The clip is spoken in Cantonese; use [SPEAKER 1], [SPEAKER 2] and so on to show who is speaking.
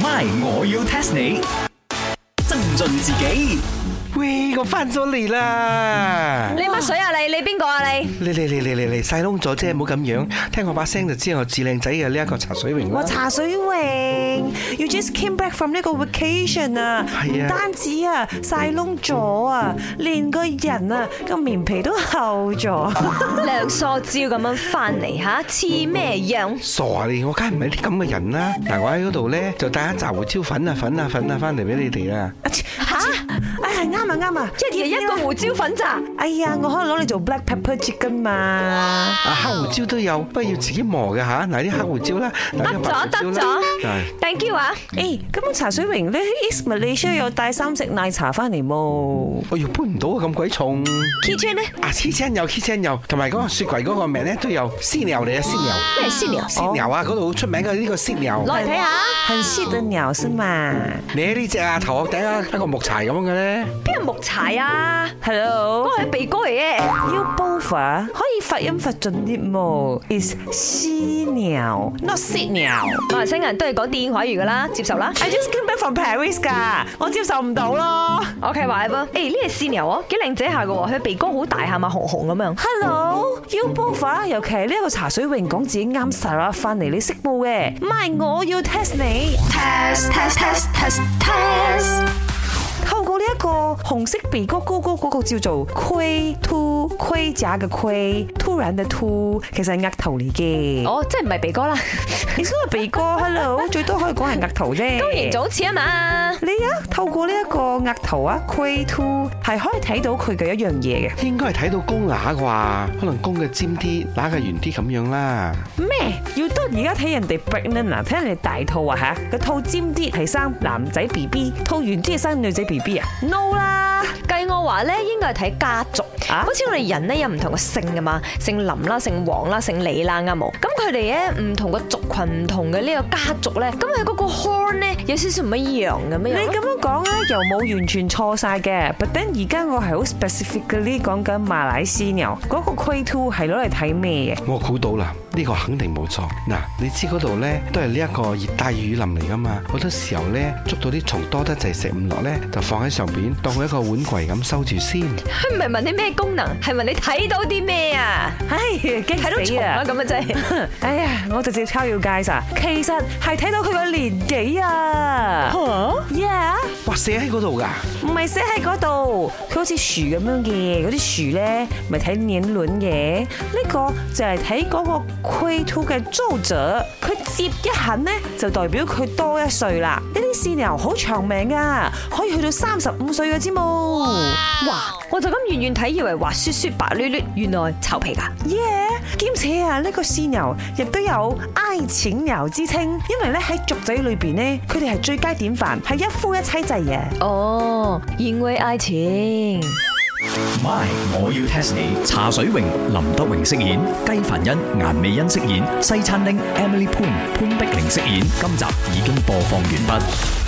[SPEAKER 1] My，我要 test 你。增進自己
[SPEAKER 2] 喂，我翻咗嚟啦！
[SPEAKER 3] 你乜水啊你？你邊個啊 你？
[SPEAKER 2] 嚟嚟嚟嚟嚟嚟，晒窿咗啫，唔好咁樣。聽我把聲就知我至靚仔嘅呢一個茶水榮
[SPEAKER 4] 我
[SPEAKER 2] 啦。
[SPEAKER 4] 茶水榮，you just came back from 呢個 vacation 啊，
[SPEAKER 2] 係啊
[SPEAKER 4] 唔單止啊晒窿咗啊，連個人啊個面皮都厚咗。
[SPEAKER 3] 兩梳蕉咁樣翻嚟吓，似咩樣？
[SPEAKER 2] 傻啊你，我梗係唔係啲咁嘅人啦。嗱，我喺嗰度咧就帶一紮胡椒粉啊粉啊粉啊翻嚟俾你哋啦。
[SPEAKER 4] 嚇！哎呀啱啊啱啊，
[SPEAKER 3] 一日一個胡椒粉咋？
[SPEAKER 4] 哎呀，我可以攞嚟做 black pepper chicken 嘛。
[SPEAKER 2] 啊黑胡椒都有，不過要自己磨嘅吓。嗱啲黑胡椒啦，嗱
[SPEAKER 3] 得
[SPEAKER 2] 啲白
[SPEAKER 3] 咗得
[SPEAKER 2] 胡椒啦。係
[SPEAKER 3] 咗，thank you 啊！
[SPEAKER 4] 誒，咁茶水榮咧，East Malaysia 有帶三隻奶茶翻嚟冇？
[SPEAKER 2] 我又搬唔到啊，咁鬼重。
[SPEAKER 3] Kitchen 呢？
[SPEAKER 2] 啊，kitchen 有 kitchen 有，同埋嗰個雪櫃嗰個名咧都有鮮牛嚟啊，鮮牛。
[SPEAKER 3] 咩先聊？
[SPEAKER 2] 鮮牛啊，嗰度好出名嘅呢個鮮牛。
[SPEAKER 3] 攞嚟睇下，
[SPEAKER 4] 哦很 shit 嘅鳥是嘛
[SPEAKER 2] 你呢只啊頭殼頂啊一個木柴咁樣嘅咧，
[SPEAKER 3] 邊有木柴啊？
[SPEAKER 4] ？Hello，
[SPEAKER 3] 我係鼻哥嚟嘅，
[SPEAKER 4] 要 buffer 可以發音發盡啲冇？Is 犀鳥，not 犀鳥。
[SPEAKER 3] 馬來西亞人都係講電話語噶啦，接受啦。
[SPEAKER 4] I just came back from Paris 㗎，我接受唔到咯。
[SPEAKER 3] OK，話啦，誒呢隻犀牛啊，幾靚仔下嘅喎，佢鼻哥好大下嘛，紅紅咁樣。
[SPEAKER 4] Hello，要 buffer，尤其係呢一個茶水泳講自己啱 Sarah 翻嚟，你識冇嘅？唔係，我要 test 你。
[SPEAKER 5] test test test test test
[SPEAKER 4] 透過呢一個紅色鼻哥高高嗰個叫做盔突盔甲嘅盔，突然嘅突，其實係額頭嚟嘅。
[SPEAKER 3] 哦，即係唔係鼻哥 啦，
[SPEAKER 4] 你所謂鼻哥，hello，最多可以講係額頭 啫。
[SPEAKER 3] 高形早似啊嘛。
[SPEAKER 4] 你啊，透過呢一個額頭啊盔突，係可以睇到佢嘅一樣嘢嘅。
[SPEAKER 2] 應該係睇到公乸啩，可能公嘅尖啲，乸嘅圓啲咁樣啦。
[SPEAKER 4] 咩？要得而家睇人哋 pregnant 啊，睇人哋大肚啊吓，個肚尖啲係生男仔 B B，肚圓啲係生女仔 B B 啊？No 啦！
[SPEAKER 3] 計我話咧，應該係睇家族，
[SPEAKER 4] 啊
[SPEAKER 3] 好似我哋人咧有唔同嘅姓噶嘛，姓林啦、姓黃啦、姓李啦，啱冇？咁佢哋咧唔同嘅族群、唔同嘅呢個家族咧，咁佢嗰個 horn 咧有少少唔一樣咁
[SPEAKER 4] 你
[SPEAKER 3] 樣
[SPEAKER 4] 咁
[SPEAKER 3] 咯。
[SPEAKER 4] 樣講咧，又冇完全錯晒嘅。But then 而家我係好 specifically 講緊馬來西牛嗰個 q u a t o 係攞嚟睇咩嘅？
[SPEAKER 2] 我估到啦，呢個肯定冇錯。嗱，你知嗰度咧都係呢一個熱帶雨林嚟噶嘛，好多時候咧捉到啲蟲多得滯食唔落咧，就放喺上邊當佢一個碗櫃咁收住先。
[SPEAKER 3] 佢唔係問你咩功能，係問你睇到啲咩啊？
[SPEAKER 4] 唉，驚
[SPEAKER 3] 睇到
[SPEAKER 4] 死
[SPEAKER 3] 蟲啊
[SPEAKER 4] 啊！
[SPEAKER 3] 咁啊真係。
[SPEAKER 4] 哎呀，我直接抄要介咋，其實係睇到佢個年紀啊。Yeah，
[SPEAKER 2] 哇，寫喺嗰度㗎，
[SPEAKER 4] 唔係寫喺嗰度，佢好似樹咁樣嘅，嗰啲樹咧咪睇年輪嘅。呢個就係睇嗰個 q u a t o 嘅租者，佢接一痕咧就代表佢多一歲啦。呢啲犀牛好長命噶，可以去到三十五歲嘅之冇。
[SPEAKER 3] 哇！我就咁遠遠睇，以為滑雪雪白捋捋，原來臭皮㗎。
[SPEAKER 4] 耶！兼且啊，呢個犀牛亦都有哀錢牛之稱，因為咧喺族仔裏邊咧，佢哋係最佳典範，係一夫一妻制嘅。
[SPEAKER 3] 哦，因為愛情。
[SPEAKER 1] ，My，我要 test 你。茶水榮、林德榮飾演，雞凡欣、顏美欣飾演，西餐廳 Emily Poon 潘碧玲飾演。今集已經播放完畢。